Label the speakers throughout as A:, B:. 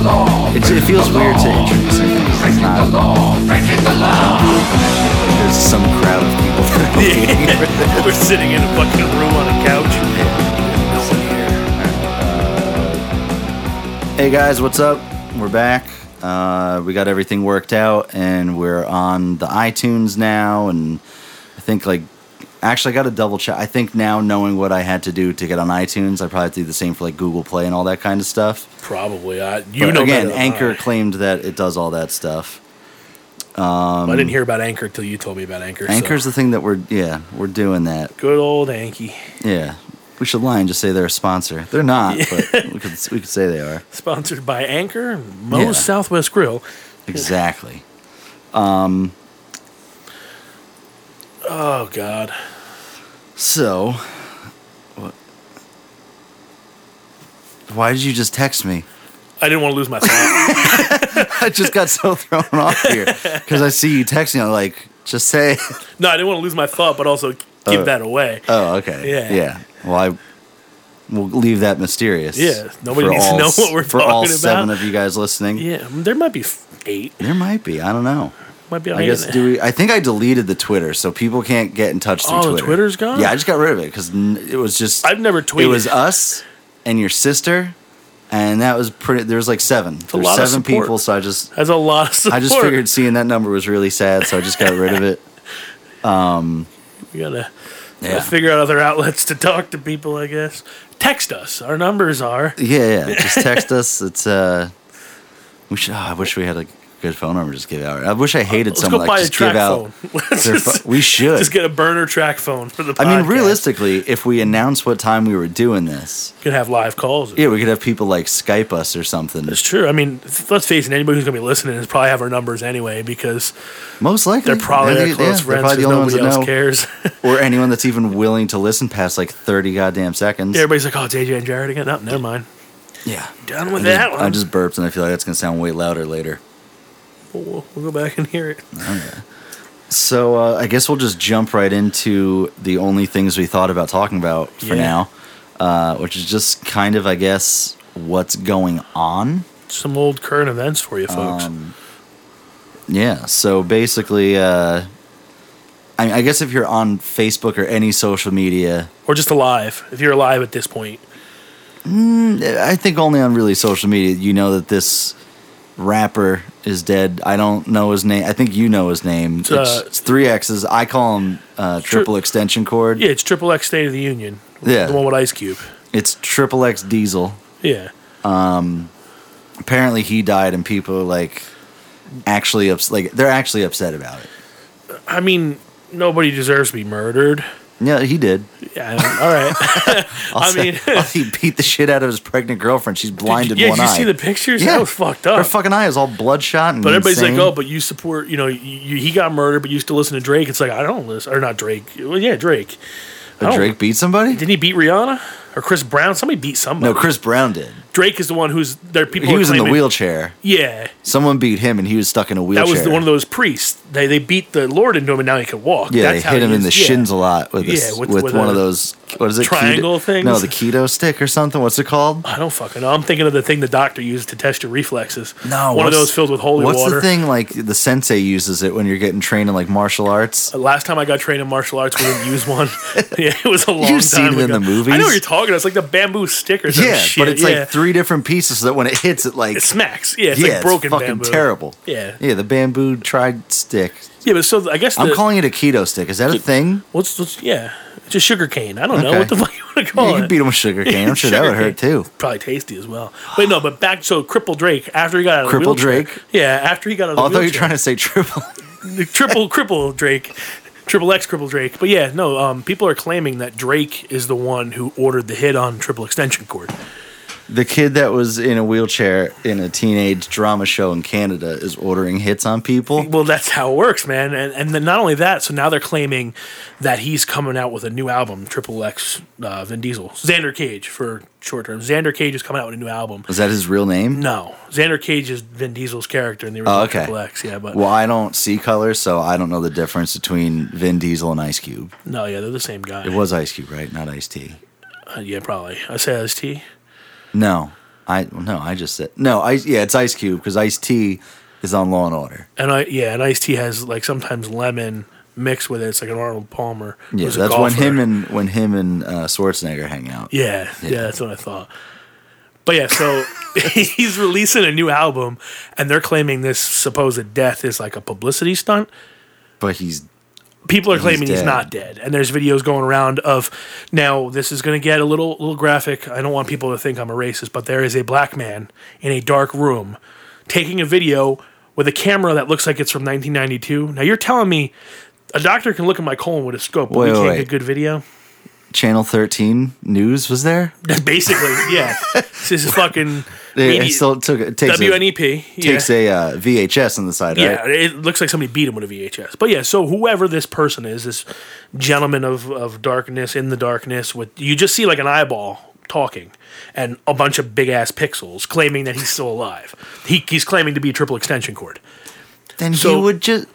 A: it's, it feels weird to introduce it because it's not. There's some crowd of people that are waiting for this.
B: We're sitting in a fucking room on a couch. No one here.
A: Hey guys, what's up? We're back. Uh, we got everything worked out, and we're on the iTunes now. And I think like, actually, I got to double check. I think now knowing what I had to do to get on iTunes, I probably have to do the same for like Google Play and all that kind of stuff.
B: Probably. I, you
A: But
B: know
A: again,
B: better than
A: Anchor
B: I.
A: claimed that it does all that stuff.
B: I didn't hear about Anchor till you told me about Anchor. so-
A: um, Anchor's the thing that we're yeah we're doing that.
B: good old Anki.
A: Yeah, we should lie and just say they're a sponsor. They're not, but we could we could say they are.
B: Sponsored by Anchor, Moe's
A: Yeah.
B: Southwest Grill.
A: Exactly.
B: Oh God.
A: So, what? Why did you just text me?
B: I didn't want to lose my thought.
A: I just got so thrown off here because I see you texting. I'm like, just say, it.
B: no, I didn't want to lose my thought, but also give
A: Oh.
B: that away.
A: oh, okay,
B: Yeah.
A: yeah. Well, I will leave that mysterious.
B: Yeah, nobody
A: for
B: needs to know
A: s-
B: what we're
A: for all
B: talking about.
A: seven of you guys listening.
B: Yeah, there might be f- eight.
A: There might be. I don't know.
B: Might be.
A: I guess do we, I think I deleted the Twitter, so people can't get in touch through
B: Oh, the
A: Twitter.
B: Twitter's gone?
A: Yeah, I just got rid of it because it was just.
B: I've never
A: It was uh,
B: tweeted.
A: us and your sister, and that was pretty. There was like seven. There's
B: lot of
A: seven
B: support.
A: people, so I just
B: That's a lot of support.
A: I just figured seeing that number was really sad, so I just got rid of it.
B: we gotta, gotta
A: Yeah.
B: figure out other outlets to talk to people. I guess text us. Our numbers are.
A: Yeah, yeah. Just text us. It's uh, we should. oh, I wish we had a good phone number. to Just give out. I wish I hated
B: Let's
A: someone
B: go
A: like
B: buy a
A: just
B: track
A: give out.
B: phone. Let's
A: their
B: just,
A: pho- we should.
B: just get a burner track phone for the.
A: I
B: Podcast.
A: mean, realistically, if we announced what time we were doing this,
B: you can have live calls.
A: yeah, we could have people like Skype us or something.
B: It's true. I mean, let's face it. Anybody who's gonna be listening is probably have our numbers anyway because
A: Most likely,
B: they're probably
A: They're
B: their
A: the- yeah,
B: close
A: they're
B: friends.
A: probably
B: Because
A: the only ones
B: nobody
A: that
B: else
A: know,
B: cares.
A: or anyone that's even willing to listen past like thirty goddamn seconds.
B: Everybody's like, "Oh, it's AJ and Jared again." No, never mind.
A: Yeah,
B: Done with
A: I just,
B: that one.
A: I just burped, and I feel like that's gonna sound way louder later.
B: We'll, we'll- we'll go back and hear it.
A: So uh, I guess we'll just jump right into the only things we thought about talking about for
B: Yeah.
A: now, uh, which is just kind of, I guess, what's going on.
B: Some old current events for you folks.
A: Um, Yeah. So basically, uh, I, I guess if you're on Facebook or any social media,
B: or just alive if you're alive at this point
A: I think only on really social media, you know that this rapper is dead. I don't know his name. I think you know his name. It's,
B: uh,
A: it's three X's. I call him uh, triple extension cord.
B: yeah it's triple x state of the union
A: Yeah.
B: the one with ice cube
A: It's triple X diesel.
B: yeah
A: Apparently, he died, and people are like actually ups- like they're actually upset about it.
B: i mean nobody deserves to be murdered
A: Yeah, he did.
B: yeah, all right i
A: Also,
B: mean
A: he beat the shit out of his pregnant girlfriend. She's blind in
B: yeah
A: one
B: did you
A: eye.
B: see the pictures
A: yeah,
B: that was fucked up
A: Her fucking eye is all bloodshot. And
B: but everybody's
A: insane.
B: like oh but you support you know you, he got murdered but you still listen to drake it's like i don't listen or not drake well, yeah drake I
A: Did
B: don't-
A: Drake beat somebody?
B: didn't he beat rihanna or chris brown somebody beat somebody
A: No, Chris Brown did.
B: drake is the one who's there people
A: He
B: are
A: was in the
B: claiming-
A: wheelchair.
B: yeah
A: Someone beat him, and he was stuck in a wheelchair.
B: that was the, one of those priests. They they beat the Lord into him, and now he can walk.
A: Yeah,
B: That's
A: they
B: how
A: hit
B: he
A: him in the
B: is- yeah.
A: shins a lot with this,
B: Yeah,
A: with,
B: with- with
A: one
B: a
A: of those. What is it?
B: triangle things?
A: No, the keto stick or something. What's it called?
B: I don't fucking know. I'm thinking of the thing the doctor used to test your reflexes.
A: No,
B: one of
A: what's-
B: those filled with holy
A: what's
B: water.
A: the thing like the sensei uses it when you're getting trained in like martial arts?
B: The Last time I got trained in martial arts, we didn't use one. yeah, it was a long time
A: seen it
B: ago.
A: in the
B: I know
A: movies.
B: what you're talking. about. It's like the bamboo stick or some
A: yeah,
B: shit.
A: but it's
B: yeah.
A: like three different pieces so that when it hits, it like
B: it smacks. Yeah, it's
A: yeah,
B: like broken
A: it's fucking
B: bamboo.
A: terrible.
B: Yeah.
A: yeah, the bamboo tri stick.
B: Yeah, but so I guess the,
A: I'm calling it a keto stick. Is that a thing?
B: What's, what's yeah, just sugar cane. I don't know
A: Okay.
B: what the fuck you want to call
A: Yeah,
B: it.
A: you beat him with sugar cane. I'm sure that
B: Sugar
A: would hurt
B: cane.
A: too.
B: Probably tasty as well. But no, but back so cripple Drake after he got out of
A: Cripple
B: the wheelchair-
A: Drake?
B: Yeah, after he got out of the
A: Although you're
B: wheelchair.
A: trying to say triple.
B: the triple cripple Drake, triple X cripple Drake. But yeah, no, um, people are claiming that Drake is the one who ordered the hit on triple extension cord.
A: The kid that was in a wheelchair in a teenage drama show in Canada is ordering hits on people.
B: Well, that's how it works, man. And and then not only that, so now they're claiming that he's coming out with a new album, triple X uh, Vin Diesel, Xander Cage for short term. Xander Cage is coming out with a new album.
A: Is that his real name?
B: No, Xander Cage is Vin Diesel's character in the original
A: Oh, okay.
B: Triple X. Yeah, but
A: Well, I don't see color, so I don't know the difference between Vin Diesel and Ice Cube.
B: no, yeah, they're the same guy.
A: It was Ice Cube, right? Not Ice T.
B: Uh, yeah, probably. I say ST.
A: No. I well, no, I just said no. I yeah, it's Ice Cube because Ice T is on Law and Order.
B: And I yeah, and Ice T has like sometimes lemon mixed with it. It's like an Arnold Palmer.
A: Yeah,
B: who's a
A: that's when
B: golfer.
A: him and when him and uh, Schwarzenegger hang out.
B: Yeah, yeah, that's what I thought. But yeah, so he's releasing a new album, and they're claiming this supposed death is like a publicity stunt.
A: But he's
B: People are claiming he's,
A: dead.
B: not dead, and there's videos going around of. Now this is going to get a little little graphic. I don't want people to think I'm a racist, but there is a black man in a dark room taking a video with a camera that looks like it's from 1992. Now you're telling me a doctor can look at my colon with a scope, but
A: Wait,
B: we
A: wait,
B: can't
A: wait.
B: get good video.
A: Channel Thirteen News was there.
B: Basically, yeah. this is fucking.
A: They,
B: media-
A: it still took it takes a,
B: WNEP. E Yeah.
A: takes a uh, VHS on the side,
B: yeah,
A: right?
B: it looks like somebody beat him with a VHS. But yeah, so whoever this person is, this gentleman of, of darkness in the darkness, with you just see like an eyeball talking and a bunch of big ass pixels claiming that he's still alive. He, he's claiming to be triple extension cord.
A: Then
B: So-
A: he would just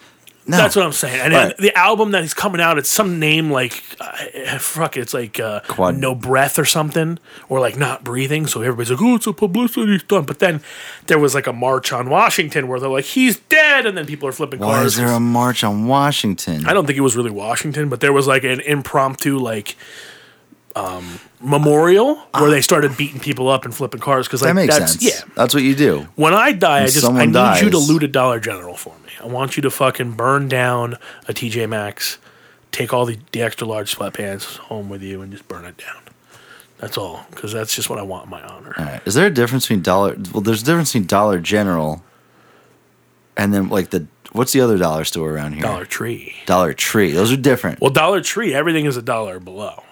A: no.
B: That's what I'm saying. And then
A: Right.
B: the album that he's coming out, it's some name like uh, fuck, it's like uh,
A: Quad-
B: no breath or something, or like not breathing. So everybody's like, oh, it's a publicity stunt. But then there was like a march on Washington where they're like, he's dead, and then people are flipping
A: Why
B: cars.
A: is there a march on Washington?
B: I don't think it was really Washington, but there was like an impromptu like um, memorial where they started beating people up and flipping cars because like
A: Ah. that makes
B: that's
A: sense.
B: yeah.
A: that's what you do.
B: When I die, I just I
A: someone
B: need you to
A: dies.
B: loot a Dollar General for me. I want you to fucking burn down a TJ Maxx, take all the, the extra large sweatpants home with you, and just burn it down. That's all, because that's just what I want in my honor.
A: All right. Is there a difference between Dollar? Well, there's a difference between Dollar General, and then like the what's the other dollar store around here?
B: Dollar Tree.
A: Dollar Tree. Those are different.
B: Well, Dollar Tree, everything is a dollar below.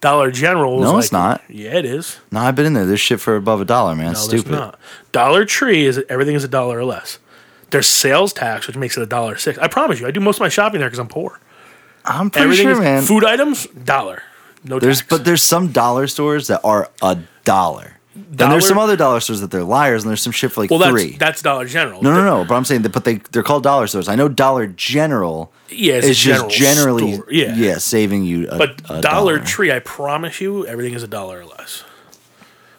B: Dollar General. is
A: No,
B: like-
A: it's not.
B: Yeah, it is.
A: no, I've been in there. There's shit for above a dollar, man.
B: No,
A: It's
B: there's
A: Stupid.
B: not. Dollar Tree is everything is a dollar or less. There's sales tax, which makes it a dollar six. I promise you, I do most of my shopping there because I'm poor.
A: I'm pretty
B: Everything
A: sure,
B: is
A: man.
B: food items dollar, no
A: There's
B: tax.
A: but there's some dollar stores that are a dollar. And
B: Dollar-
A: there's some other dollar stores that they're liars, and there's some shit for like
B: well, that's
A: three.
B: that's Dollar General.
A: no, no, no. But I'm saying that, but they they're called dollar stores. I know Dollar General
B: Yeah, it's a
A: is just
B: general
A: generally
B: store, yeah.
A: saving you. A,
B: But
A: a
B: dollar, Tree, I promise you, everything is a dollar or less.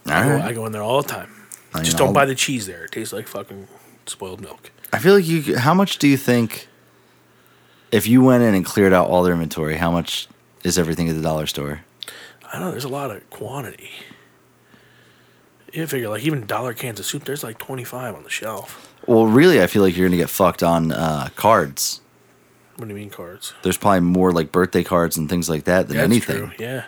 A: All right.
B: I go in there all the time.
A: I
B: Just
A: know.
B: don't buy the cheese there. It tastes like fucking spoiled milk.
A: I feel like you. How much do you think if you went in and cleared out all their inventory? How much is everything at the dollar store?
B: I don't know. There's a lot of quantity. You figure like even dollar cans of soup. There's like 25 on the shelf.
A: Well, really, I feel like you're gonna get fucked on uh, cards.
B: What do you mean cards?
A: There's probably more like birthday cards and things like that than
B: That's
A: anything.
B: true. Yeah,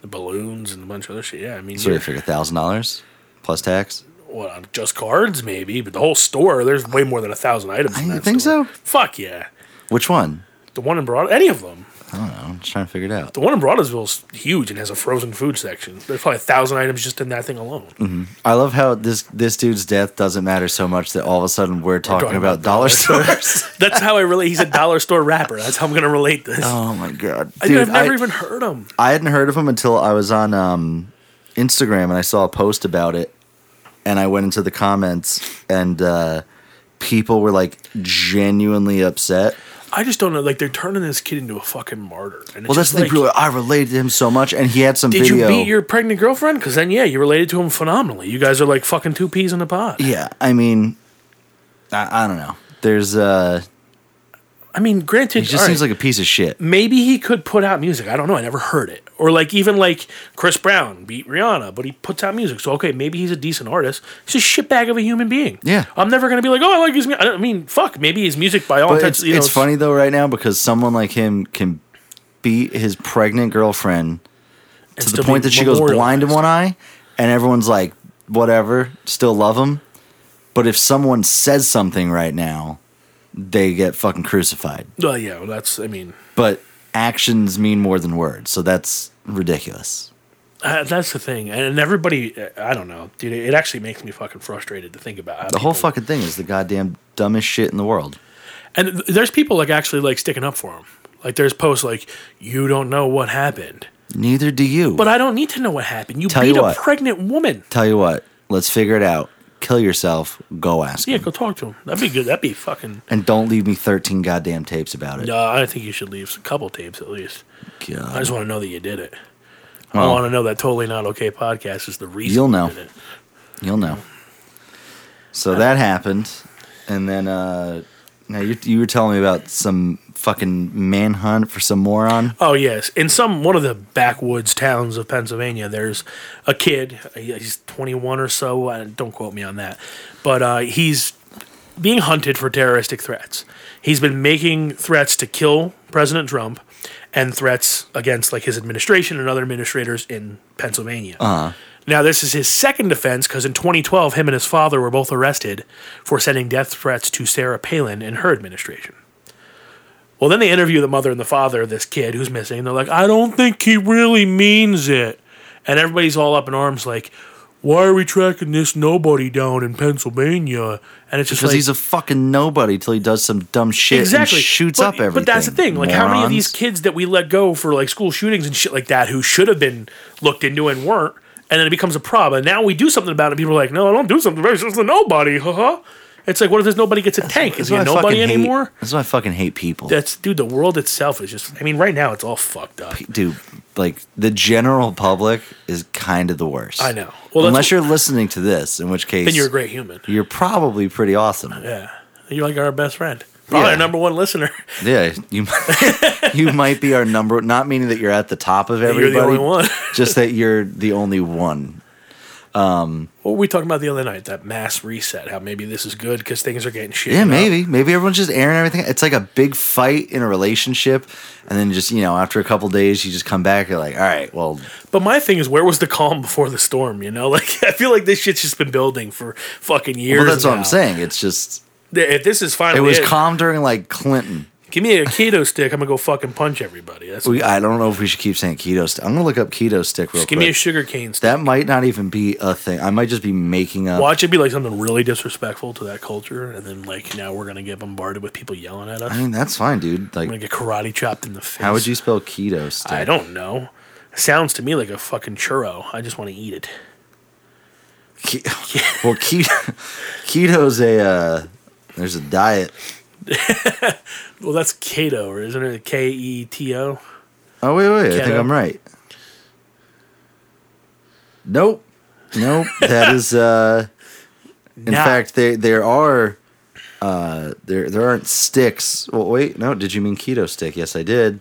B: the balloons and a bunch of other shit. Yeah, I mean,
A: So you
B: you're-
A: figure thousand dollars plus tax.
B: what on just cards maybe, but the whole store. There's way more than a thousand items. in
A: You
B: that
A: think
B: store.
A: so?
B: Fuck yeah.
A: Which one?
B: The one in Broad, any of them.
A: I don't know. I'm just trying to figure it out.
B: The one in Broadersville's huge and has a frozen food section. There's probably a thousand items just in that thing alone.
A: I love how this this dude's death doesn't matter so much that all of a sudden we're talking,
B: talking
A: about,
B: about
A: dollar stores.
B: That's how I relate. He's a dollar store rapper. That's how I'm gonna relate this.
A: oh my god,
B: I,
A: dude!
B: I've never
A: I-
B: even heard him.
A: I hadn't heard of him until I was on um, Instagram and I saw a post about it, and I went into the comments and uh, people were like genuinely upset.
B: I just don't know. Like they're turning this kid into a fucking martyr. And it's
A: Well, that's
B: just
A: the thing.
B: like,
A: people are like, I related to him so much, and he had some
B: Did
A: video.
B: you beat your pregnant girlfriend? Because then, yeah, you related to him phenomenally. You guys are like fucking two peas in a pod.
A: yeah, I mean, I, I don't know. There's uh,
B: I mean, granted,
A: he just seems like a piece of shit.
B: maybe he could put out music. I don't know. I never heard it. Or like even like Chris Brown beat Rihanna, but he puts out music. So okay, maybe he's a decent artist. He's a shitbag of a human being.
A: Yeah.
B: I'm never gonna be like, oh, I like his music. I don't- I mean, fuck. Maybe his music by all
A: But
B: intents.
A: it's,
B: you know,
A: it's funny though right now because someone like him can beat his pregnant girlfriend
B: and
A: to
B: still
A: the
B: be
A: point that she goes blind in
B: memorialized.
A: one eye, and everyone's like, whatever, still love him. But if someone says something right now, they get fucking crucified.
B: Well, yeah. Well, that's. I mean,
A: But actions mean more than words, so that's ridiculous.
B: uh, that's the thing. And everybody, uh, I don't know, dude. It actually makes me fucking frustrated to think about how
A: The whole
B: people-
A: fucking thing is the goddamn dumbest shit in the world.
B: And th- there's people like actually like sticking up for him. Like there's posts like you don't know what happened,
A: Neither do you.
B: but I don't need to know what happened. You
A: Tell
B: beat
A: you
B: a
A: what.
B: pregnant woman.
A: Tell you what, let's figure it out. Kill yourself. Go ask
B: Yeah,
A: him.
B: go talk to him. That'd be good. That'd be fucking.
A: And don't leave me 13 goddamn tapes about it.
B: No, I think you should leave a couple tapes at least. I
A: God.
B: just want to know that you did it. I
A: Well.
B: want to know that totally not okay podcast is the reason
A: You'll
B: you
A: know.
B: did it.
A: You'll know. So that happened, and then uh, now you you were telling me about some fucking manhunt for some moron.
B: Oh yes, in some one of the backwoods towns of Pennsylvania, there's a kid. He's 21 or so. uh, Don't quote me on that, but uh, he's being hunted for terroristic threats. He's been making threats to kill President Trump and threats against like his administration and other administrators in Pennsylvania.
A: Uh-huh.
B: Now this is his second offense because in 2012, him and his father were both arrested for sending death threats to Sarah Palin and her administration. Well, then they interview the mother and the father of this kid who's missing. and They're like, I don't think he really means it. And everybody's all up in arms, like, why are we tracking this nobody down in Pennsylvania? And it's just
A: Because
B: like,
A: he's a fucking nobody till he does some dumb shit
B: exactly
A: and shoots
B: But-
A: up everything.
B: But that's the thing. Like, how many of these
A: morons.
B: kids that we let go for like school shootings and shit like that who should have been looked into and weren't, and then it becomes a problem. And now we do something about it. People are like, no, I don't do something. about it. It's just a nobody. Haha. It's like, what if this nobody gets a tank?
A: That's
B: Is he
A: why
B: a
A: I fucking
B: nobody
A: hate-
B: anymore?
A: That's why I fucking hate people.
B: That's dude. The world itself is just. I mean, right now it's all fucked up.
A: Dude, like the general public is kind of the worst.
B: I know. Well, that's-
A: unless you're listening to this, in which case
B: Then you're a great human.
A: you're probably pretty awesome.
B: Yeah, you're like our best friend. Probably
A: Yeah.
B: our number one listener.
A: Yeah, you you might be our number. Not meaning that you're at the top of
B: you're
A: everybody.
B: the only one.
A: just that you're the only one.
B: what were we talking about the other night? That mass reset. How maybe this is good because things are getting shit.
A: Yeah, maybe maybe everyone's just airing everything. It's like a big fight in a relationship, and then just you know after a couple days you just come back. You're like, all right, well,
B: But my thing is, where was the calm before the storm? You know, like I feel like this shit's just been building for fucking years.
A: well that's what
B: now.
A: I'm saying. It's just
B: Th- If this is finally
A: it was
B: it,
A: calm during like Clinton.
B: give me a keto stick. I'm gonna go fucking punch everybody. That's
A: We, I don't know if we should keep saying keto stick. I'm gonna look up keto stick real quick.
B: just give me a sugar cane stick.
A: that might not even be a thing. I might just be making up.
B: Watch it be like something really disrespectful to that culture, and then like now we're gonna get bombarded with people yelling at us.
A: I
B: I'm
A: mean, that's fine, dude. Like,
B: gonna get karate chopped in the face.
A: Mm. how would you spell keto stick?
B: Oh I don't know. Sounds to me like a fucking churro. I just want to eat it.
A: Ke- well, keto, keto's a uh, there's a diet.
B: Well, that's keto, or isn't it K E T O?
A: Oh wait, wait, I think
B: Keto.
A: I'm right. Nope, nope. That is, uh, in
B: Nah.
A: fact, there there are uh, there there aren't sticks. Well, wait, no. Did you mean keto stick? Yes, I did.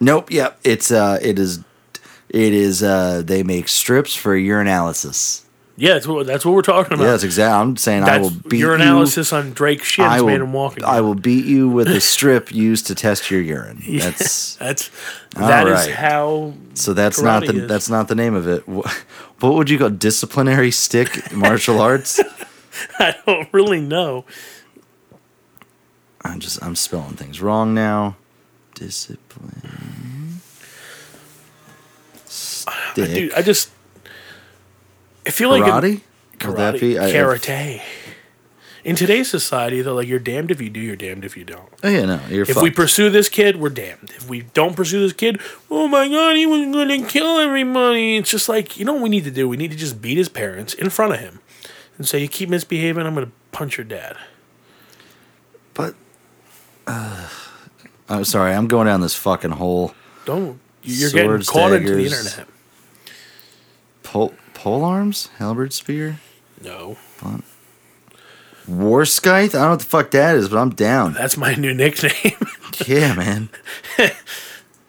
A: Nope. Yep. It's uh, it is, it is. Uh, they make strips for urinalysis.
B: Yeah, that's what that's what we're talking about.
A: Yeah, that's exactly. I'm saying I will
B: That's
A: beat
B: your
A: you.
B: analysis on Drake shins
A: I will,
B: made him walk. Again.
A: I will beat you with a strip used to test your urine. That's
B: That's
A: All
B: that is
A: right.
B: how.
A: so that's not
B: Karate
A: the
B: is-
A: that's not the name of it. Wha- What would you call disciplinary stick martial arts?
B: I don't really know.
A: I'm just I'm spelling things wrong now. Discipline stick
B: Dude, I just. I feel like in,
A: karate.
B: karate,
A: Would that be I- I-
B: karate. in today's society, though, like you're damned if you do, you're damned if you don't.
A: oh yeah, no, you're
B: If
A: fucked.
B: we pursue this kid, we're damned. If we don't pursue this kid, oh my god, he was going to kill everybody. It's just like you know what we need to do. We need to just beat his parents in front of him, and say, "You keep misbehaving, I'm going to punch your dad."
A: but uh, I'm sorry, I'm going down this fucking hole.
B: Don't you're
A: Swords,
B: getting caught into the
A: daggers.
B: internet.
A: Pole pole arms, halberd spear.
B: No,
A: Warskite? I don't know what the fuck that is, but I'm down.
B: that's my new nickname.
A: Yeah, man. All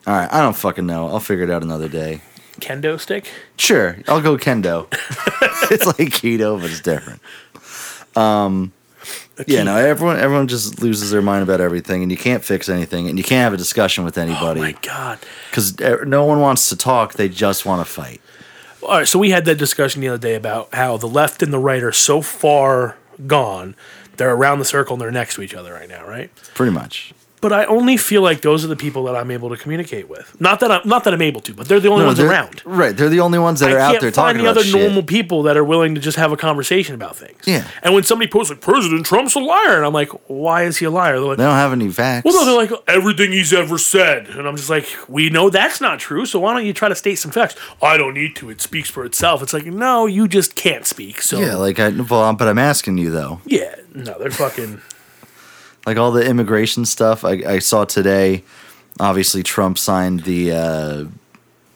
A: right, I don't fucking know. I'll figure it out another day.
B: Kendo stick.
A: Sure, I'll go kendo. it's like keto, but it's different. Um, yeah, no, everyone, everyone just loses their mind about everything, and you can't fix anything, and you can't have a discussion with
B: Oh my
A: anybody
B: god!
A: because no one wants to talk. They just want to fight.
B: All right, so we had that discussion the other day about how the left and the right are so far gone, they're around the circle and they're next to each other right now, right?
A: Pretty much.
B: But I only feel like those are the people that I'm able to communicate with. Not that I'm not that I'm able to, but they're the only ones
A: they're-
B: around.
A: Right, they're the only ones that
B: I
A: are
B: can't
A: out there
B: find
A: talking
B: the
A: about
B: other
A: shit.
B: normal people that are willing to just have a conversation about things.
A: Yeah.
B: And when somebody posts like President Trump's a liar, and I'm like, why is he a liar? They're like,
A: They don't have any facts.
B: Well, no, they're like everything he's ever said, and I'm just like, we know that's not true. So why don't you try to state some facts? I don't need to. It speaks for itself. It's like, no, you just can't speak. So
A: yeah, like I, well, but I'm asking you though.
B: yeah, no, they're fucking.
A: like all the immigration stuff I, I saw today. Obviously, Trump signed the uh,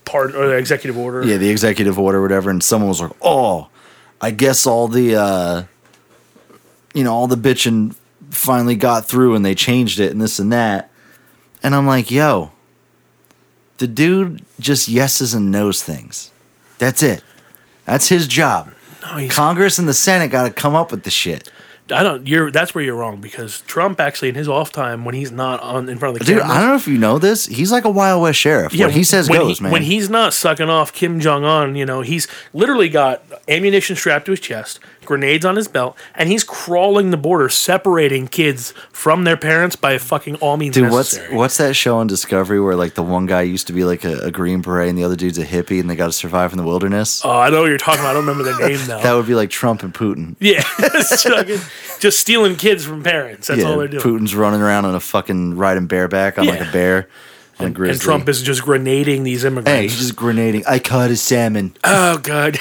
B: pardon or the executive order.
A: yeah, the executive order, or whatever, and someone was like, "Oh, I guess all the, uh, you know, all the bitching finally got through, and they changed it, and this and that," and I'm like, "Yo, the dude just yeses and knows things. That's it. That's his job.
B: No, he's-
A: Congress and the Senate got to come up with the shit,
B: I don't. You're that's where you're wrong because Trump actually in his off time when he's not on in front of the
A: dude.
B: cameras-
A: I don't know if you know this. He's like a Wild West sheriff. what he says
B: when
A: goes,
B: he-
A: man.
B: When he's not sucking off Kim Jong Un, you know, he's literally got ammunition strapped to his chest, grenades on his belt, and he's crawling the border, separating kids from their parents by fucking all means
A: Dude, what's
B: necessary.
A: what's that show on Discovery where like the one guy used to be like a, a green beret and the other dude's a hippie and they got to survive in the wilderness?
B: Oh, I know what you're talking about. I don't remember the name though.
A: That would be like Trump and Putin.
B: yeah, It's fucking- just stealing kids from parents. That's all they're doing.
A: Putin's running around on a fucking riding bareback on like
B: Yeah.
A: a bear on a grizzly.
B: And Trump is just grenading these
A: hey,
B: immigrants.
A: he's just grenading. I caught a salmon.
B: oh god.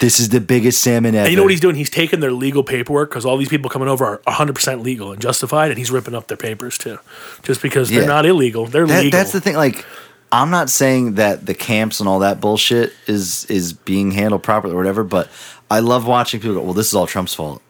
A: This is the biggest salmon ever.
B: And you know what he's doing? He's taking their legal paperwork because all these people coming over are 100% legal and justified, and he's ripping up their papers too, just because they're
A: Yeah.
B: not illegal. They're
A: That-
B: legal.
A: that's the thing. Like, I'm not saying that the camps and all that bullshit is is being handled properly or whatever, but I love watching people go, "Well, this is all Trump's fault."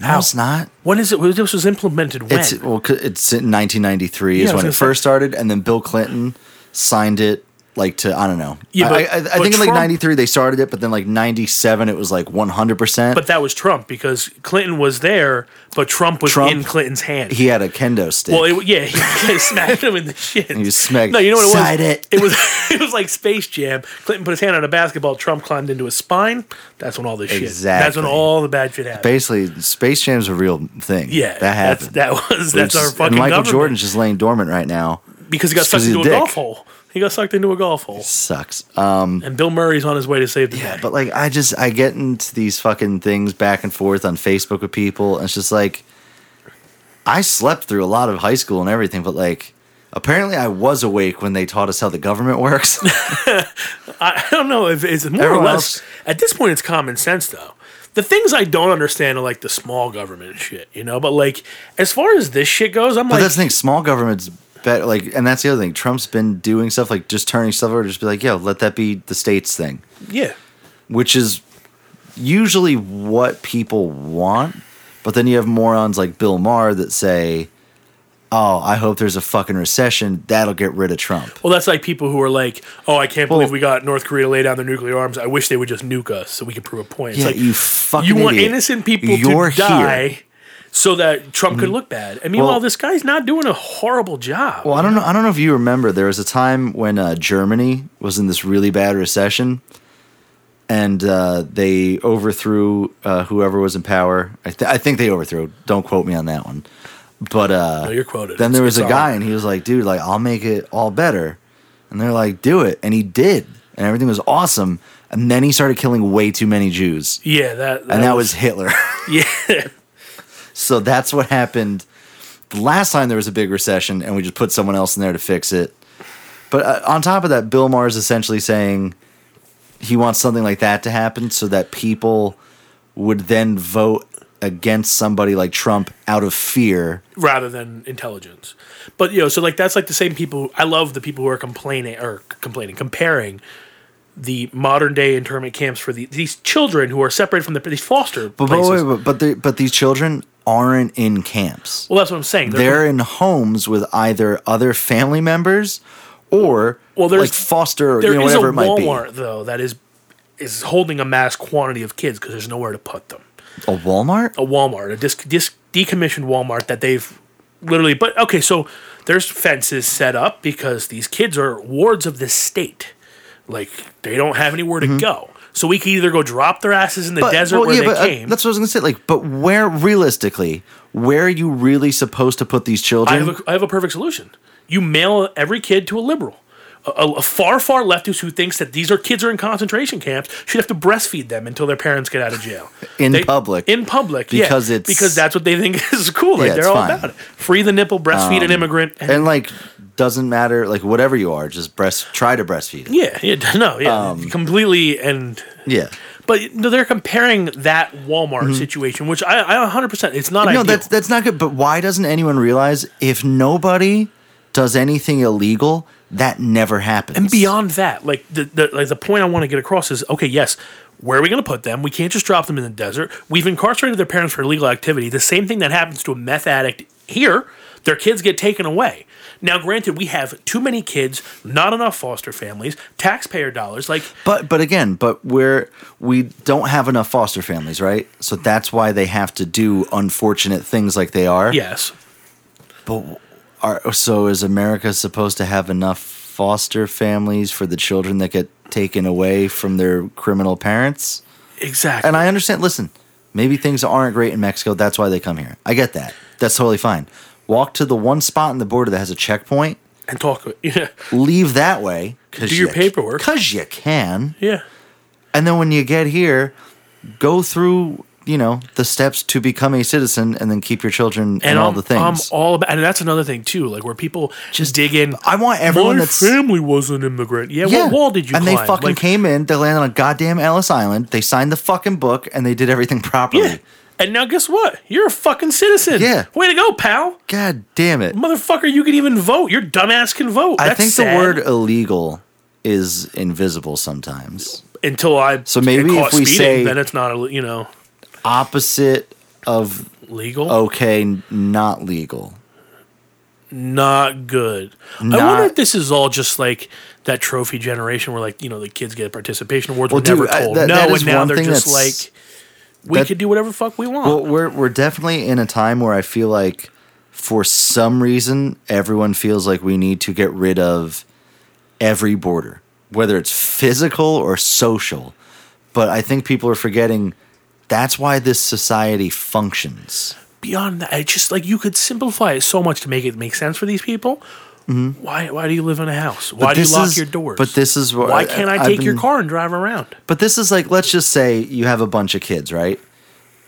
A: No,
B: How?
A: it's not.
B: When is it? when This was implemented when?
A: It's well, 'cause it's in 1993
B: Yeah, I
A: is
B: was
A: when
B: gonna
A: it
B: say.
A: first started, and then Bill Clinton signed it. Like to I don't know.
B: Yeah,
A: I-
B: but-
A: I, I, I
B: but
A: think in like
B: Trump-
A: '93 they started it, but then like '97 it was like 100. percent
B: but that was Trump because Clinton was there, but Trump was
A: Trump-
B: in Clinton's hand.
A: He had a kendo stick.
B: well, it, yeah, he kinda smacked him in the shit. He
A: was smacked-
B: No, you know what it was?
A: Side it.
B: was it was like Space Jam. Clinton put his hand on a basketball. Trump climbed into his spine. That's when all this shit. That's when
A: Exactly.
B: all the bad shit happened.
A: Basically, Space Jam's a real thing.
B: yeah,
A: that
B: that's-
A: happened.
B: That was that's
A: It's-
B: our fucking
A: and Michael
B: government.
A: Jordan's just laying dormant right now.
B: because he got
A: Just 'cause
B: sucked
A: he's
B: into
A: a
B: a,
A: dick.
B: golf hole. He got sucked into a golf hole.
A: Sucks. Um,
B: And Bill Murray's on his way to save the day.
A: but like, I just I get into these fucking things back and forth on Facebook with people, and it's just like, I slept through a lot of high school and everything, but like, apparently I was awake when they taught us how the government works.
B: I, I don't know if it's more or
A: Everyone
B: less.
A: else-
B: At this point, it's common sense though. The things I don't understand are like the small government shit, you know. But like, as far as this shit goes, I'm
A: But
B: like,
A: that's the thing. Small government's better. Like, and that's the other thing. Trump's been doing stuff like just turning stuff over. Just be like, yo, let that be the states thing,
B: yeah,
A: which is usually what people want. But then you have morons like Bill Maher that say, "Oh, I hope there's a fucking recession. That'll get rid of Trump."
B: Well, that's like people who are like, "Oh, I can't
A: Well-
B: believe we got North Korea to lay down their nuclear arms. I wish they would just nuke us so we could prove a point." It's
A: Yeah,
B: like
A: you fucking
B: you want
A: idiot.
B: innocent people
A: You're
B: to
A: here. Mm.
B: die so that Trump could look bad. And meanwhile,
A: Well-
B: this guy's not doing a horrible job.
A: Well, I don't know. I don't know if you remember. There was a time when uh, Germany was in this really bad recession, and uh, they overthrew uh, whoever was in power. I, th- I think they overthrew. Don't quote me on that one. But uh,
B: No, you're quoted.
A: Then there
B: It's-
A: was a
B: it's on.
A: guy, and he was like, "Dude, like I'll make it all better," and they're like, "Do it," and he did, and everything was awesome. And then he started killing way too many Jews,
B: yeah, that,
A: and that was Hitler.
B: yeah.
A: So that's what happened the last time there was a big recession, and we just put someone else in there to fix it. But uh, on top of that, Bill Maher is essentially saying he wants something like that to happen so that people would then vote against somebody like Trump out of fear.
B: rather than intelligence. But you know, so like that's like the same people. I love the people who are complaining or complaining, comparing the modern day internment camps for the, these children who are separated from the these foster
A: But but, wait,
B: places.
A: but, but, they, but these children aren't in camps.
B: well, that's what I'm saying. They're,
A: They're in homes with either other family members or
B: Well, there's-
A: like foster or
B: there
A: you know,
B: is
A: whatever it might
B: a
A: be.
B: Walmart though that is is holding a mass quantity of kids because there's nowhere to put them.
A: A Walmart?
B: a Walmart, a disc, disc decommissioned Walmart that they've literally. But okay, so there's fences set up because these kids are wards of the state. Like they don't have anywhere to go, so we can either go drop their asses in the desert
A: well,
B: where they
A: Mm-hmm. but, uh,
B: came.
A: that's what I was gonna say. Like, but where realistically, where are you really supposed to put these
B: I
A: children?
B: have, a, I have a perfect solution. You mail every kid to a liberal. A, a- a far, far leftist who thinks that these are kids are in concentration camps should have to breastfeed them until their parents get out of jail
A: In public.
B: In public,
A: Because
B: yeah,
A: it's-
B: because that's what they think is cool.
A: Yeah,
B: Like they're
A: it's
B: all
A: fine. Um,
B: about it. Free the nipple, breastfeed an immigrant, and,
A: and like, doesn't matter. Like, whatever you are, just breast. Try to breastfeed. It.
B: yeah, yeah, no, yeah,
A: um,
B: completely. And
A: Yeah.
B: but no, they're comparing that Walmart situation, which I, I 100%. It's not
A: Mm-hmm. No,
B: ideal.
A: that's that's not good. But why doesn't anyone realize if nobody does anything illegal, That never happens.
B: And beyond that, like the, the like the point I want to get across is okay, yes, where are we going to put them? We can't just drop them in the desert. We've incarcerated their parents for illegal activity. The same thing that happens to a meth addict here, their kids get taken away. Now, granted, we have too many kids, not enough foster families, taxpayer dollars. Like,
A: But but again, but we're we don't have enough foster families, right? So that's why they have to do unfortunate things like they are.
B: yes,
A: But are so is America supposed to have enough foster families for the children that get taken away from their criminal parents?
B: exactly.
A: And I understand. Listen, maybe things aren't great in Mexico. That's why they come here. I get that. That's totally fine. Walk to the one spot on the border that has a checkpoint.
B: and talk. Yeah,
A: Leave that way. 'cause
B: Do your
A: you-
B: paperwork.
A: Cause you can.
B: yeah.
A: And then when you get here, go through, you know, the steps to become a citizen and then keep your children and, all
B: I'm,
A: the things.
B: I'm all about, and that's another thing too, like where people just dig in.
A: I want everyone
B: My
A: that's-
B: family was an immigrant. Yeah, what wall did you
A: And
B: climb?
A: they fucking
B: Like,
A: came in, they landed on goddamn Ellis Island, they signed the fucking book, and they did everything properly.
B: Yeah. And now guess what? You're a fucking citizen.
A: Yeah.
B: Way to go, pal.
A: God damn it.
B: Motherfucker, you can even vote. Your dumbass can vote.
A: I
B: That's
A: think
B: sad.
A: the word illegal is invisible sometimes.
B: until I
A: So maybe
B: get
A: if
B: caught
A: we
B: speeding,
A: say-
B: then it's not a, you know
A: Opposite of
B: legal.
A: okay, n- not legal.
B: Not good. I
A: Not-
B: wonder if this is all just like that trophy generation where like you know the kids get participation awards.
A: Well,
B: we're never
A: dude, I-
B: told
A: that-
B: no,
A: that is
B: and now
A: one
B: they're
A: thing
B: just
A: that's-
B: like we
A: that-
B: could do whatever the fuck we want.
A: Well, we're we're definitely in a time where I feel like for some reason everyone feels like we need to get rid of every border, whether it's physical or social. But I think people are forgetting that's why this society functions.
B: Beyond that, it's just like you could simplify it so much to make it make sense for these people. Why? Why do you live in a house? Why do you
A: Mm-hmm. this
B: lock
A: is-
B: your doors?
A: but this is what-
B: why can't I
A: I've
B: take your
A: been-
B: car and drive around?
A: But this is like let's just say you have a bunch of kids, right?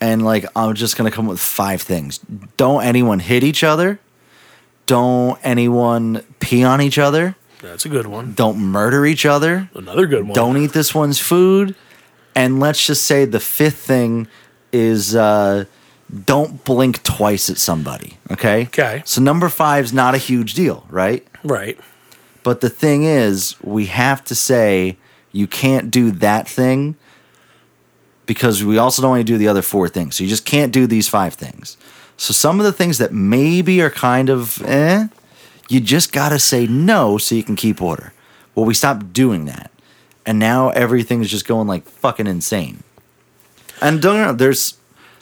A: And like I'm just going to come up with five things. Don't anyone hit each other. Don't anyone pee on each other.
B: That's a good one.
A: Don't murder each other.
B: Another good one.
A: don't eat this one's food and let's just say the fifth thing is uh don't blink twice at somebody okay
B: Okay.
A: so number five's not a huge deal right
B: right.
A: but the thing is we have to say you can't do that thing because we also don't want to do the other four things so you just can't do these five things so some of the things that maybe are kind of eh you just got to say no so you can keep order. Well, we stopped doing that. And now everything's just going like fucking insane. And don't get me wrong, there's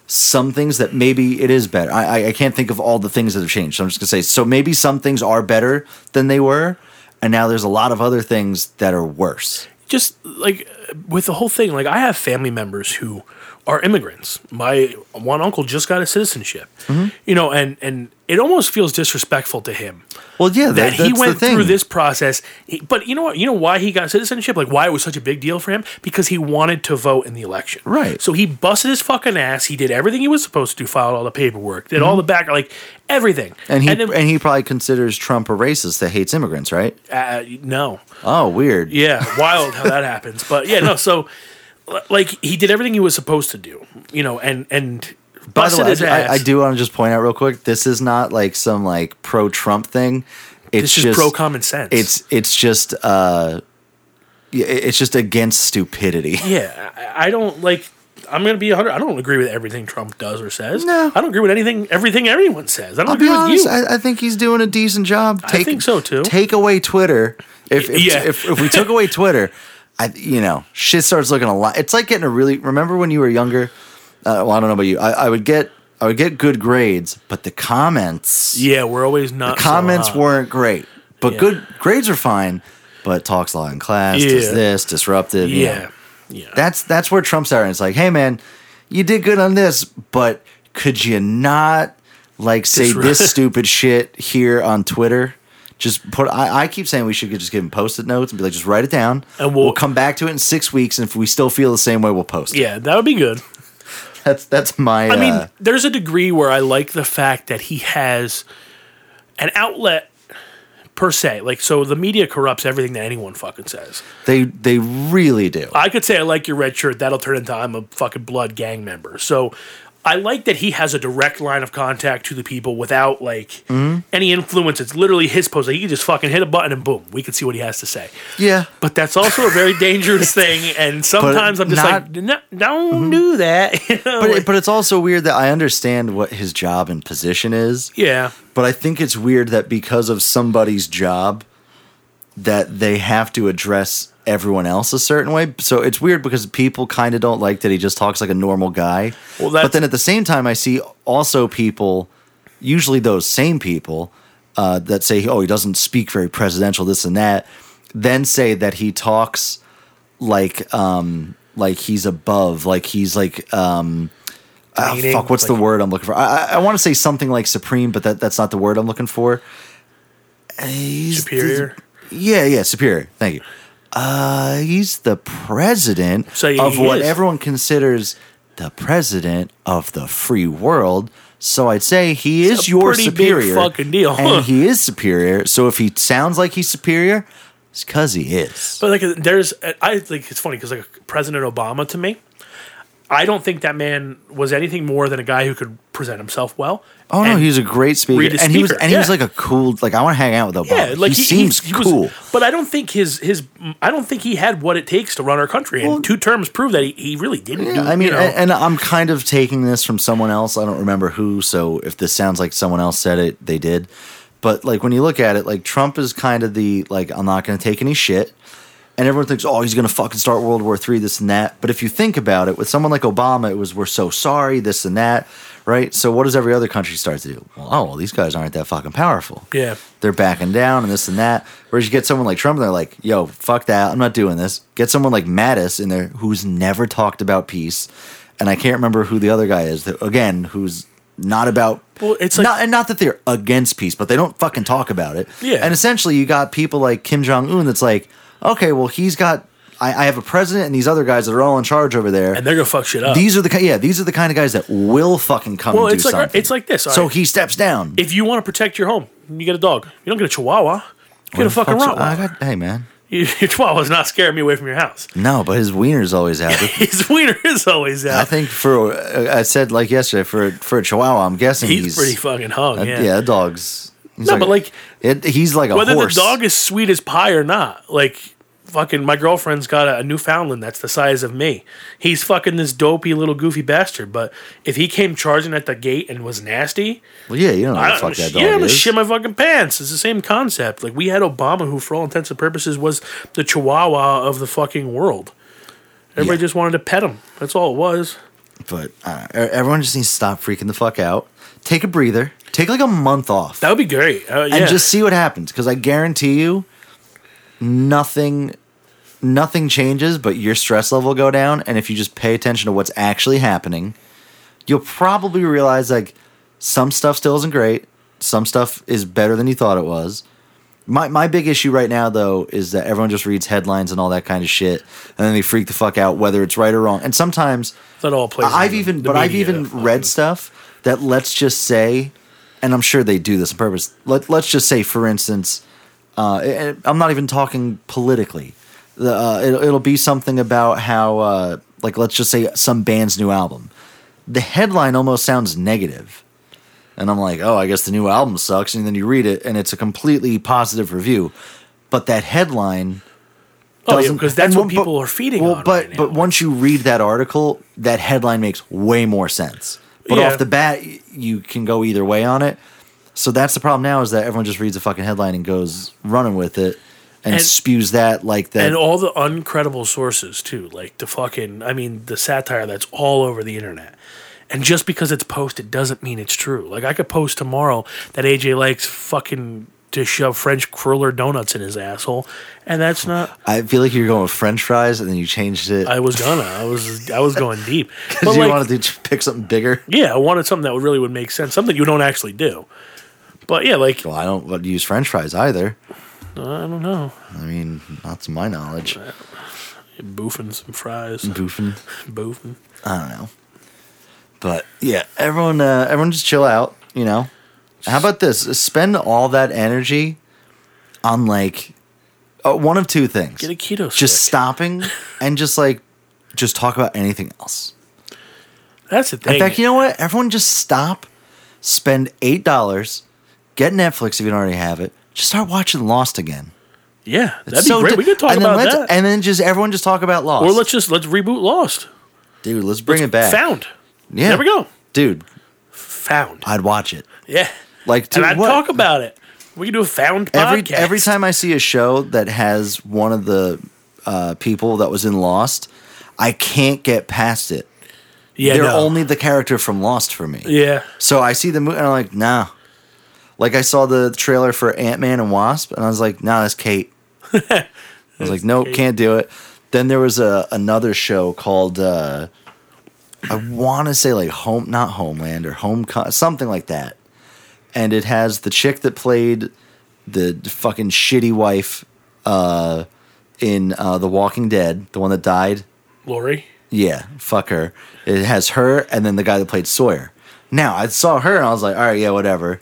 A: some things that maybe it is better. I, I, I can't think of all the things that have changed. So I'm just going to say, so maybe some things are better than they were. And now there's a lot of other things that are worse.
B: just like with the whole thing like i have family members who are immigrants my one uncle just got a citizenship
A: Mm-hmm.
B: you know and and it almost feels disrespectful to him
A: Well, yeah,
B: that
A: that's
B: he went
A: the thing.
B: through this process He- but you know what you know why he got citizenship like why it was such a big deal for him because he wanted to vote in the election
A: Right.
B: so he busted his fucking ass he did everything he was supposed to do filed all the paperwork did all the back like everything
A: Mm-hmm. And he, and,
B: then,
A: he probably considers Trump a racist that hates immigrants, right?
B: uh, no
A: Oh, weird.
B: Yeah, wild how that happens. But yeah, no. So l- like he did everything he was supposed to do, you know, and and
A: By the
B: busted
A: way,
B: his
A: I,
B: ass.
A: I do want to just point out real quick. This is not like some like pro Trump thing. It's
B: It's just,
A: just
B: pro common sense.
A: It's it's just uh, yeah, it- it's just against stupidity.
B: yeah. I, I don't like. I'm gonna be 100. I don't agree with everything Trump does or says.
A: No.
B: I don't agree with anything. Everything everyone says. I don't
A: I'll
B: agree
A: be honest.
B: with you.
A: I, I think he's doing a decent job. Take,
B: think so, too.
A: Take away Twitter. If if,
B: Yeah.
A: if if we took away Twitter, I you know shit starts looking a lot. It's like getting a really. Remember when you were younger? Uh, well, I don't know about you. I, I would get I would get good grades, but the comments.
B: yeah, we're always not so
A: comments
B: hot.
A: weren't great, but
B: Yeah.
A: good grades are fine. But talks a lot in class,
B: Yeah.
A: does this, disruptive. you know.
B: Yeah, yeah.
A: That's that's where Trump's at. And it's like, hey man, you did good on this, but could you not like say
B: Disru-
A: this stupid shit here on Twitter? Just put. I, I keep saying we should just give him post-it notes and be like, just write it down,
B: And we'll-
A: come back to it in six weeks, and if we still feel the same way, we'll post. it.
B: yeah, that would be good.
A: That's that's my.
B: I
A: uh,
B: mean, there's a degree where I like the fact that he has an outlet per se. Like, so the media corrupts everything that anyone fucking says.
A: they they really do.
B: I could say I like your red shirt. That'll turn into I'm a fucking blood gang member. So I like that he has a direct line of contact to the people without like
A: Mm-hmm.
B: any influence. It's literally his post. Like, he can just fucking hit a button and boom, we can see what he has to say.
A: Yeah.
B: But that's also a very dangerous thing, and sometimes I'm just
A: not- Mm-hmm.
B: like, no, don't do that. you know,
A: But,
B: like-
A: it, but it's also weird that I understand what his job and position is,
B: yeah,
A: but I think it's weird that because of somebody's job, that they have to address everyone else a certain way. So it's weird because people kind of don't like that he just talks like a normal guy.
B: Well, that's-
A: but then at the same time, I see also people, usually those same people, uh, that say, "Oh, he doesn't speak very presidential," this and that, then say that he talks like um like he's above, like he's like um. ah,
B: Demeaning,
A: fuck, what's
B: like-
A: the word I'm looking for? I, I, I want to say something like supreme, but that, that's not the word I'm looking for. Uh, he's-
B: superior.
A: yeah, yeah, superior. Thank you. Uh, he's the president
B: So he
A: of what
B: is.
A: everyone considers the president of the free world. So I'd say he is
B: a
A: your
B: pretty big
A: superior,
B: fucking deal, huh?
A: and he is superior. So if he sounds like he's superior, it's because he is.
B: But like, there's, I think it's funny because like President Obama to me, I don't think that man was anything more than a guy who could present himself well.
A: Oh no,
B: And-
A: he was a great speaker,
B: read a
A: and he was,
B: speaker,
A: and he was
B: yeah.
A: like a cool. Like I want to hang out with Obama.
B: yeah, like
A: he, seems
B: was-
A: cool.
B: but I don't think his his I don't think he had what it takes to run our country, and two terms prove that he, he really didn't. do,
A: Yeah, I mean,
B: you know.
A: a- and I'm kind of taking this from someone else. I don't remember who. So if this sounds like someone else said it, they did. But like when you look at it, like Trump is kind of the like I'm not going to take any shit, and everyone thinks, oh, he's going to fucking start World War Three, this and that. But if you think about it, with someone like Obama, it was we're so sorry, this and that, right? So what does every other country start to do? Well, oh, well, these guys aren't that fucking powerful
B: yeah,
A: they're backing down and this and that. Whereas you get someone like Trump, and they're like, "Yo, fuck that, I'm not doing this." Get someone like Mattis in there who's never talked about peace, and I can't remember who the other guy is. that- Again, who's not about
B: Well, it's like-
A: not and not that they're against peace, but they don't fucking talk about it.
B: Yeah.
A: and essentially you got people like Kim Jong Un that's like, okay, well he's got. I, I have a president and these other guys that are all in charge over there.
B: and they're gonna fuck shit up.
A: these are the ki- yeah, these are the kind of guys that will fucking come.
B: Well,
A: and do
B: it's like-
A: something.
B: it's like this, all
A: So
B: right.
A: he steps down.
B: if you want to protect your home, you get a dog. You don't get a Chihuwa. You get a fucking
A: Fuck, so- I
B: Rottweiler.
A: got- hey man,
B: Your Chihuahua's not scaring me away from your house.
A: No, but his wiener's always out.
B: His wiener is always out.
A: I think for uh, I said like yesterday for for a Chihuahua, I'm guessing
B: he's,
A: he's,
B: pretty fucking hung.
A: uh,
B: yeah.
A: yeah. that dog's. He's
B: No, but, like,
A: it, he's like a
B: Whether
A: horse.
B: the dog is sweet as pie or not, like fucking my girlfriend's got a, a Newfoundland that's the size of me. He's fucking this dopey little goofy bastard. But if he came charging at the gate and was nasty,
A: well, yeah, you don't know
B: I
A: what the
B: don't,
A: fuck that dog
B: yeah, I'm gonna
A: is.
B: shit my fucking pants. It's the same concept. Like we had Obama, who for all intents and purposes was the Chihuahua of the fucking world. Everybody
A: Yeah.
B: just wanted to pet him. That's all it was.
A: but uh, e- everyone just needs to stop freaking the fuck out. Take a breather. Take like a month off
B: That would be great. Uh, yeah.
A: and just see what happens. Because I guarantee you, nothing. Nothing changes, but your stress level will go down. And if you just pay attention to what's actually happening, you'll probably realize like some stuff still isn't great. Some stuff is better than you thought it was. My my big issue right now though is that everyone just reads headlines and all that kind of shit, and then they freak the fuck out whether it's right or wrong. And sometimes
B: that all plays.
A: I've
B: into
A: even,
B: the
A: but I've
B: media.
A: even read stuff that let's just say, and I'm sure they do this on purpose. Let Let's just say, for instance, uh, and I'm not even talking politically. The, uh, it'll, it'll be something about how, uh, like, let's just say some band's new album. The headline almost sounds negative, and I'm like, oh, I guess the new album sucks. And then you read it, and it's a completely positive review, but that headline
B: Oh, yeah,
A: doesn't-
B: because
A: and
B: that's what
A: one-
B: people are feeding
A: well,
B: on.
A: But
B: right now.
A: but once you read that article, that headline makes way more sense. But
B: Yeah.
A: off the bat, y- you can go either way on it. So that's the problem now is that everyone just reads a fucking headline and goes running with it and,
B: And-
A: spews that like that.
B: and all the uncredible sources too, like the fucking. I mean, the satire that's all over the internet. And just because it's posted doesn't mean it's true. Like I could post tomorrow that AJ likes fucking to shove French cruller donuts in his asshole, and that's not.
A: I feel like you're going with French fries and then you changed it
B: I was gonna. I was. I was going deep. But
A: because you
B: like,
A: wanted to pick something bigger.
B: yeah, I wanted something that really would make sense. Something you don't actually do. But yeah, like
A: Well, I don't want to use French fries either.
B: I don't know,
A: I mean, not to my knowledge.
B: boofing some fries,
A: Boofing.
B: boofing.
A: I don't know. But yeah, everyone, uh, everyone, just chill out. You know, how about this? Spend all that energy on like uh, one of two things:
B: Get a keto.
A: just
B: stick.
A: stopping and just like just talk about anything else.
B: That's the thing.
A: In fact, you know what? Everyone just stop, spend eight dollars, get Netflix if you don't already have it. Just start watching Lost again.
B: yeah, that'd be
A: So
B: great.
A: di-
B: we could talk
A: and then
B: about
A: let's-
B: that.
A: And then just everyone just talk about Lost.
B: or let's just let's reboot Lost.
A: dude, let's bring it back.
B: Found.
A: Yeah,
B: There we go.
A: dude.
B: Found.
A: I'd watch it.
B: Yeah.
A: Like, dude,
B: and I'd
A: what?
B: talk about it. We could do a found
A: every
B: podcast.
A: every time I see a show that has one of the uh, people that was in Lost, I can't get past it.
B: yeah,
A: They're
B: no.
A: only the character from Lost for me.
B: yeah.
A: So I see the movie and I'm like, nah. Like I saw the trailer for Ant Man and Wasp and I was like, nah, that's Kate. I was like, nope,
B: Kate.
A: can't do it. Then there was a another show called uh, I want to say like Home, not Homeland or Home, something like that. And it has the chick that played the fucking shitty wife uh, in uh, The Walking Dead, the one that died.
B: Lori.
A: Yeah, fuck her. It has her and then the guy that played Sawyer. Now I saw her and I was like, all right, yeah, whatever.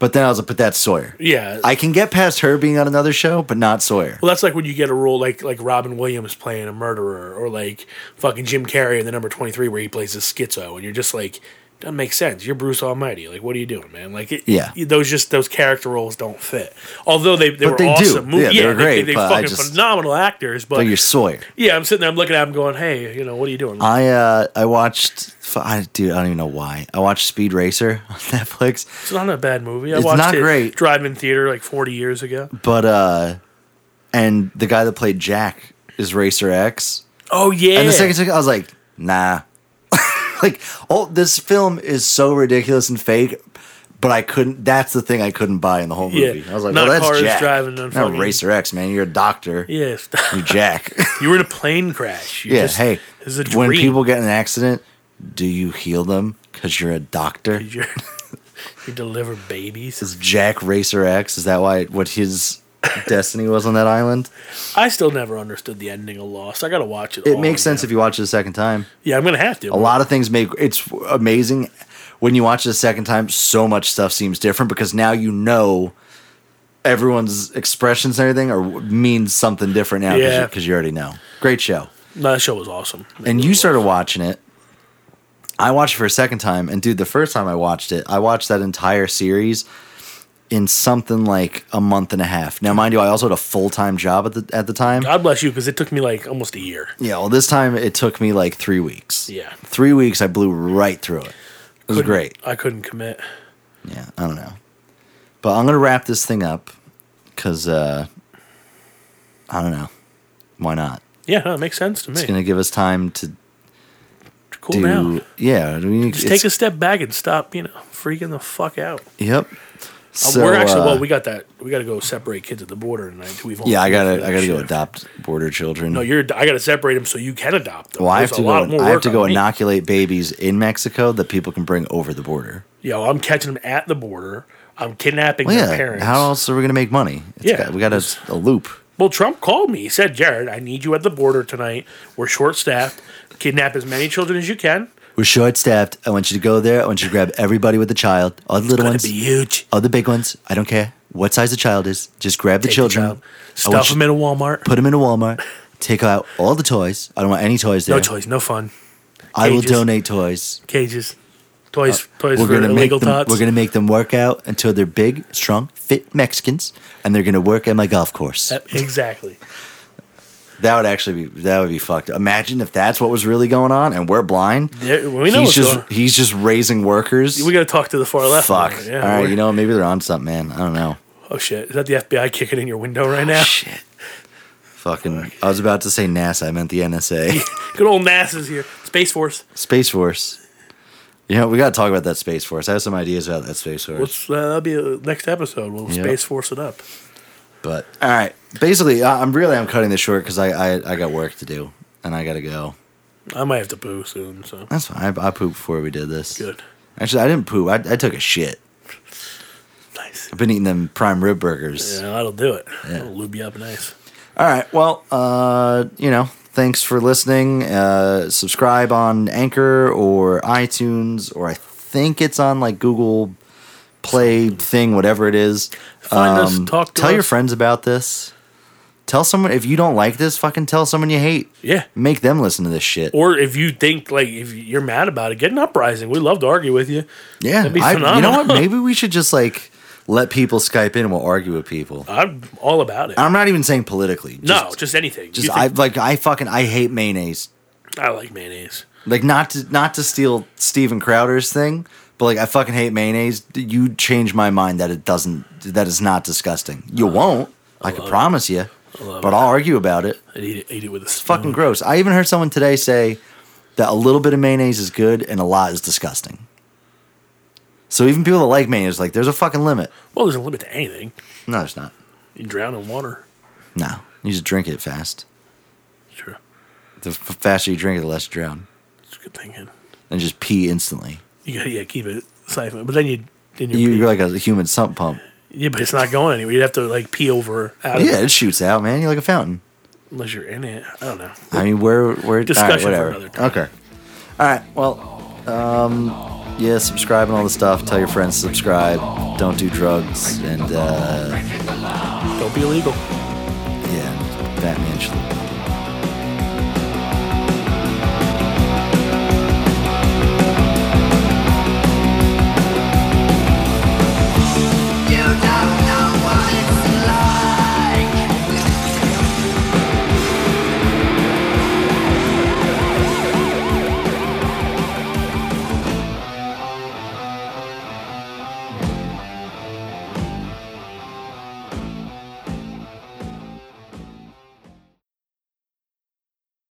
A: But then I was like, but that's Sawyer.
B: Yeah.
A: I can get past her being on another show, but not Sawyer.
B: well, that's like when you get a role like like Robin Williams playing a murderer, or like fucking Jim Carrey in the number twenty three where he plays a schizo, and you're just like, doesn't make sense. You're Bruce Almighty. Like, what are you doing, man? Like, it,
A: Yeah.
B: those just those character roles don't fit. Although they they were
A: they do.
B: awesome
A: Yeah,
B: movies.
A: they were great,
B: They,
A: but I
B: fucking
A: just-
B: phenomenal actors. But
A: But you're Sawyer.
B: yeah, I'm sitting there, I'm looking at him, going, hey, you know, what are you doing?
A: I uh, I watched. f- I dude, I don't even know why. I watched Speed Racer on Netflix,
B: It's not a bad movie. I
A: It's
B: watched
A: not
B: it
A: great.
B: drive-in theater like 40 years ago.
A: but uh, and the guy that played Jack is Racer X.
B: Oh yeah.
A: And the second second, I was like, nah. like, oh, this film is so ridiculous and fake. But I couldn't. That's the thing I couldn't buy in the whole
B: Yeah.
A: movie. I was like,
B: Not
A: well, that's
B: cars
A: Jack.
B: driving on
A: not
B: fucking-
A: Racer X, man. You're a doctor.
B: yes.
A: You're Jack.
B: you were in a plane crash. You
A: yeah.
B: just-
A: hey,
B: This is a dream.
A: when people get in an accident, do you heal them? Because you're a doctor.
B: you you deliver babies.
A: Is Jack Racer X? Is that why what his destiny was on that island?
B: I still never understood the ending of Lost. I gotta watch it.
A: It
B: all
A: makes sense
B: again.
A: if you watch it a second time.
B: yeah, I'm gonna have to.
A: a lot of things make it's amazing when you watch it a second time so much stuff seems different because now you know everyone's expressions and everything are means something different now because
B: Yeah.
A: you, 'cause you already know great show
B: No, that show was awesome. It
A: and
B: really
A: you
B: was.
A: started watching it i watched it for a second time and dude the first time i watched it i watched that entire series in something like a month and a half now mind you i also had a full-time job at the at the time
B: God bless you, because it took me like almost a year.
A: yeah, well, this time it took me like three weeks.
B: Yeah.
A: Three weeks, I blew right through it. It was
B: Couldn't-
A: great.
B: I couldn't commit.
A: Yeah, I don't know. But I'm going to wrap this thing up because, uh, I don't know. Why not?
B: Yeah, no, it makes sense to me.
A: It's going to give us time to do.
B: cool now.
A: Yeah. I mean,
B: Just take a step back and stop, you know, freaking the fuck out.
A: Yep.
B: Uh,
A: So,
B: we're actually
A: uh,
B: well, we got that. We got to go separate kids at the border tonight. We've only
A: yeah, I got to
B: been through
A: I
B: that
A: got to go
B: shit.
A: adopt border children.
B: No, you're. I got to separate them so you can adopt them.
A: well, I have
B: There's
A: to
B: a lot
A: go.
B: more
A: I have
B: work
A: to go
B: on me.
A: inoculate babies in Mexico that people can bring over the border.
B: Yo, I'm catching them at the border. I'm kidnapping
A: Well,
B: their
A: yeah.
B: parents.
A: How else are we going to make money? It's
B: Yeah,
A: got- we got a, a loop.
B: Well, Trump called me. He said, Jared, I need you at the border tonight. We're short staffed. Kidnap as many children as you can.
A: We're short staffed. I want you to go there. I want you to grab everybody with a child, all the little
B: Gonna
A: ones,
B: be huge.
A: all the big ones. I don't care what size the child is. Just grab the
B: Take the
A: children,
B: child.
A: I want
B: Stuff
A: you-
B: them in a Walmart.
A: put them in a Walmart, take out all the toys. I don't want any toys there.
B: No toys, no fun.
A: I will
B: cages.
A: donate toys.
B: Cages, toys, toys
A: Uh, We're
B: for
A: gonna make
B: illegal
A: them.
B: tots.
A: We're gonna make them work out until they're big, strong, fit Mexicans, and they're gonna work at my golf course.
B: That- exactly.
A: That would actually be that would be fucked. Imagine if that's what was really going on, and we're blind.
B: Yeah, we
A: he's
B: know what's
A: just
B: going on.
A: he's just raising workers.
B: We got to talk to the far left.
A: Fuck.
B: Yeah,
A: all right,
B: we're-
A: you know maybe they're on something, man. I don't know.
B: Oh shit! Is that the FBI kicking in your window right now?
A: Shit. Fucking, I was about to say NASA. I meant the NSA.
B: Good old NASA's here. Space Force.
A: Space Force. You know, we got to talk about that Space Force. I have some ideas about that Space Force.
B: Let's, uh, that'll be uh next episode. We'll
A: Yep.
B: Space Force it up.
A: but, all right. Basically, I, I'm really, I'm cutting this short because I, I, I got work to do and I got to go.
B: I might have to poo soon, so
A: That's fine. I, I pooped before we did this.
B: good.
A: Actually, I didn't poop. I, I took a shit.
B: Nice.
A: I've been eating them prime rib burgers.
B: Yeah, that'll do it. That'll lube you up nice.
A: All right. Well, uh, you know, thanks for listening. Uh, subscribe on Anchor or iTunes, or I think it's on like Google Play thing, whatever it is. Um,
B: Find us, talk to
A: tell your
B: us.
A: friends about this. Tell someone if you don't like this, fucking tell someone you hate.
B: Yeah.
A: Make them listen to this shit.
B: Or if you think like if you're mad about it, get an uprising. We love to argue with you.
A: yeah.
B: that'd be
A: I- you know
B: phenomenal.
A: what? Maybe we should just like let people Skype in and we'll argue with people.
B: I'm all about it.
A: I'm not even saying politically.
B: no, just anything. You
A: Just
B: think-
A: I like I fucking I hate mayonnaise.
B: I like mayonnaise.
A: Like not to not to steal Steven Crowder's thing, but like I fucking hate mayonnaise. You change my mind that it doesn't that it's not disgusting. You won't. I, can promise you. But I'll argue about it.
B: I'd eat it, eat it with a spoon.
A: Fucking gross. I even heard someone today say that a little bit of mayonnaise is good and a lot is disgusting. So even people that like mayonnaise, like there's a fucking limit.
B: Well, there's a limit to anything.
A: No, there's not.
B: You drown in water.
A: No, you just drink it fast.
B: Sure,
A: The f- faster you drink it, the less you drown,
B: it's a good thinking.
A: and just pee instantly.
B: You gotta yeah keep it siphon, but then you then you're,
A: You,
B: pee-
A: you're like a human sump pump.
B: yeah, but it's not going anywhere. You'd have to like pee over out of
A: Yeah,
B: it
A: it shoots out, man. You're like a fountain.
B: unless you're in it. I don't know.
A: I mean, we're we're
B: Discussion for
A: all right, whatever.
B: another time.
A: Okay. All right. Well, um, yeah, subscribe and all the stuff. Tell your friends to subscribe. Don't do drugs, and uh,
B: Don't be illegal.
A: yeah, Batman should.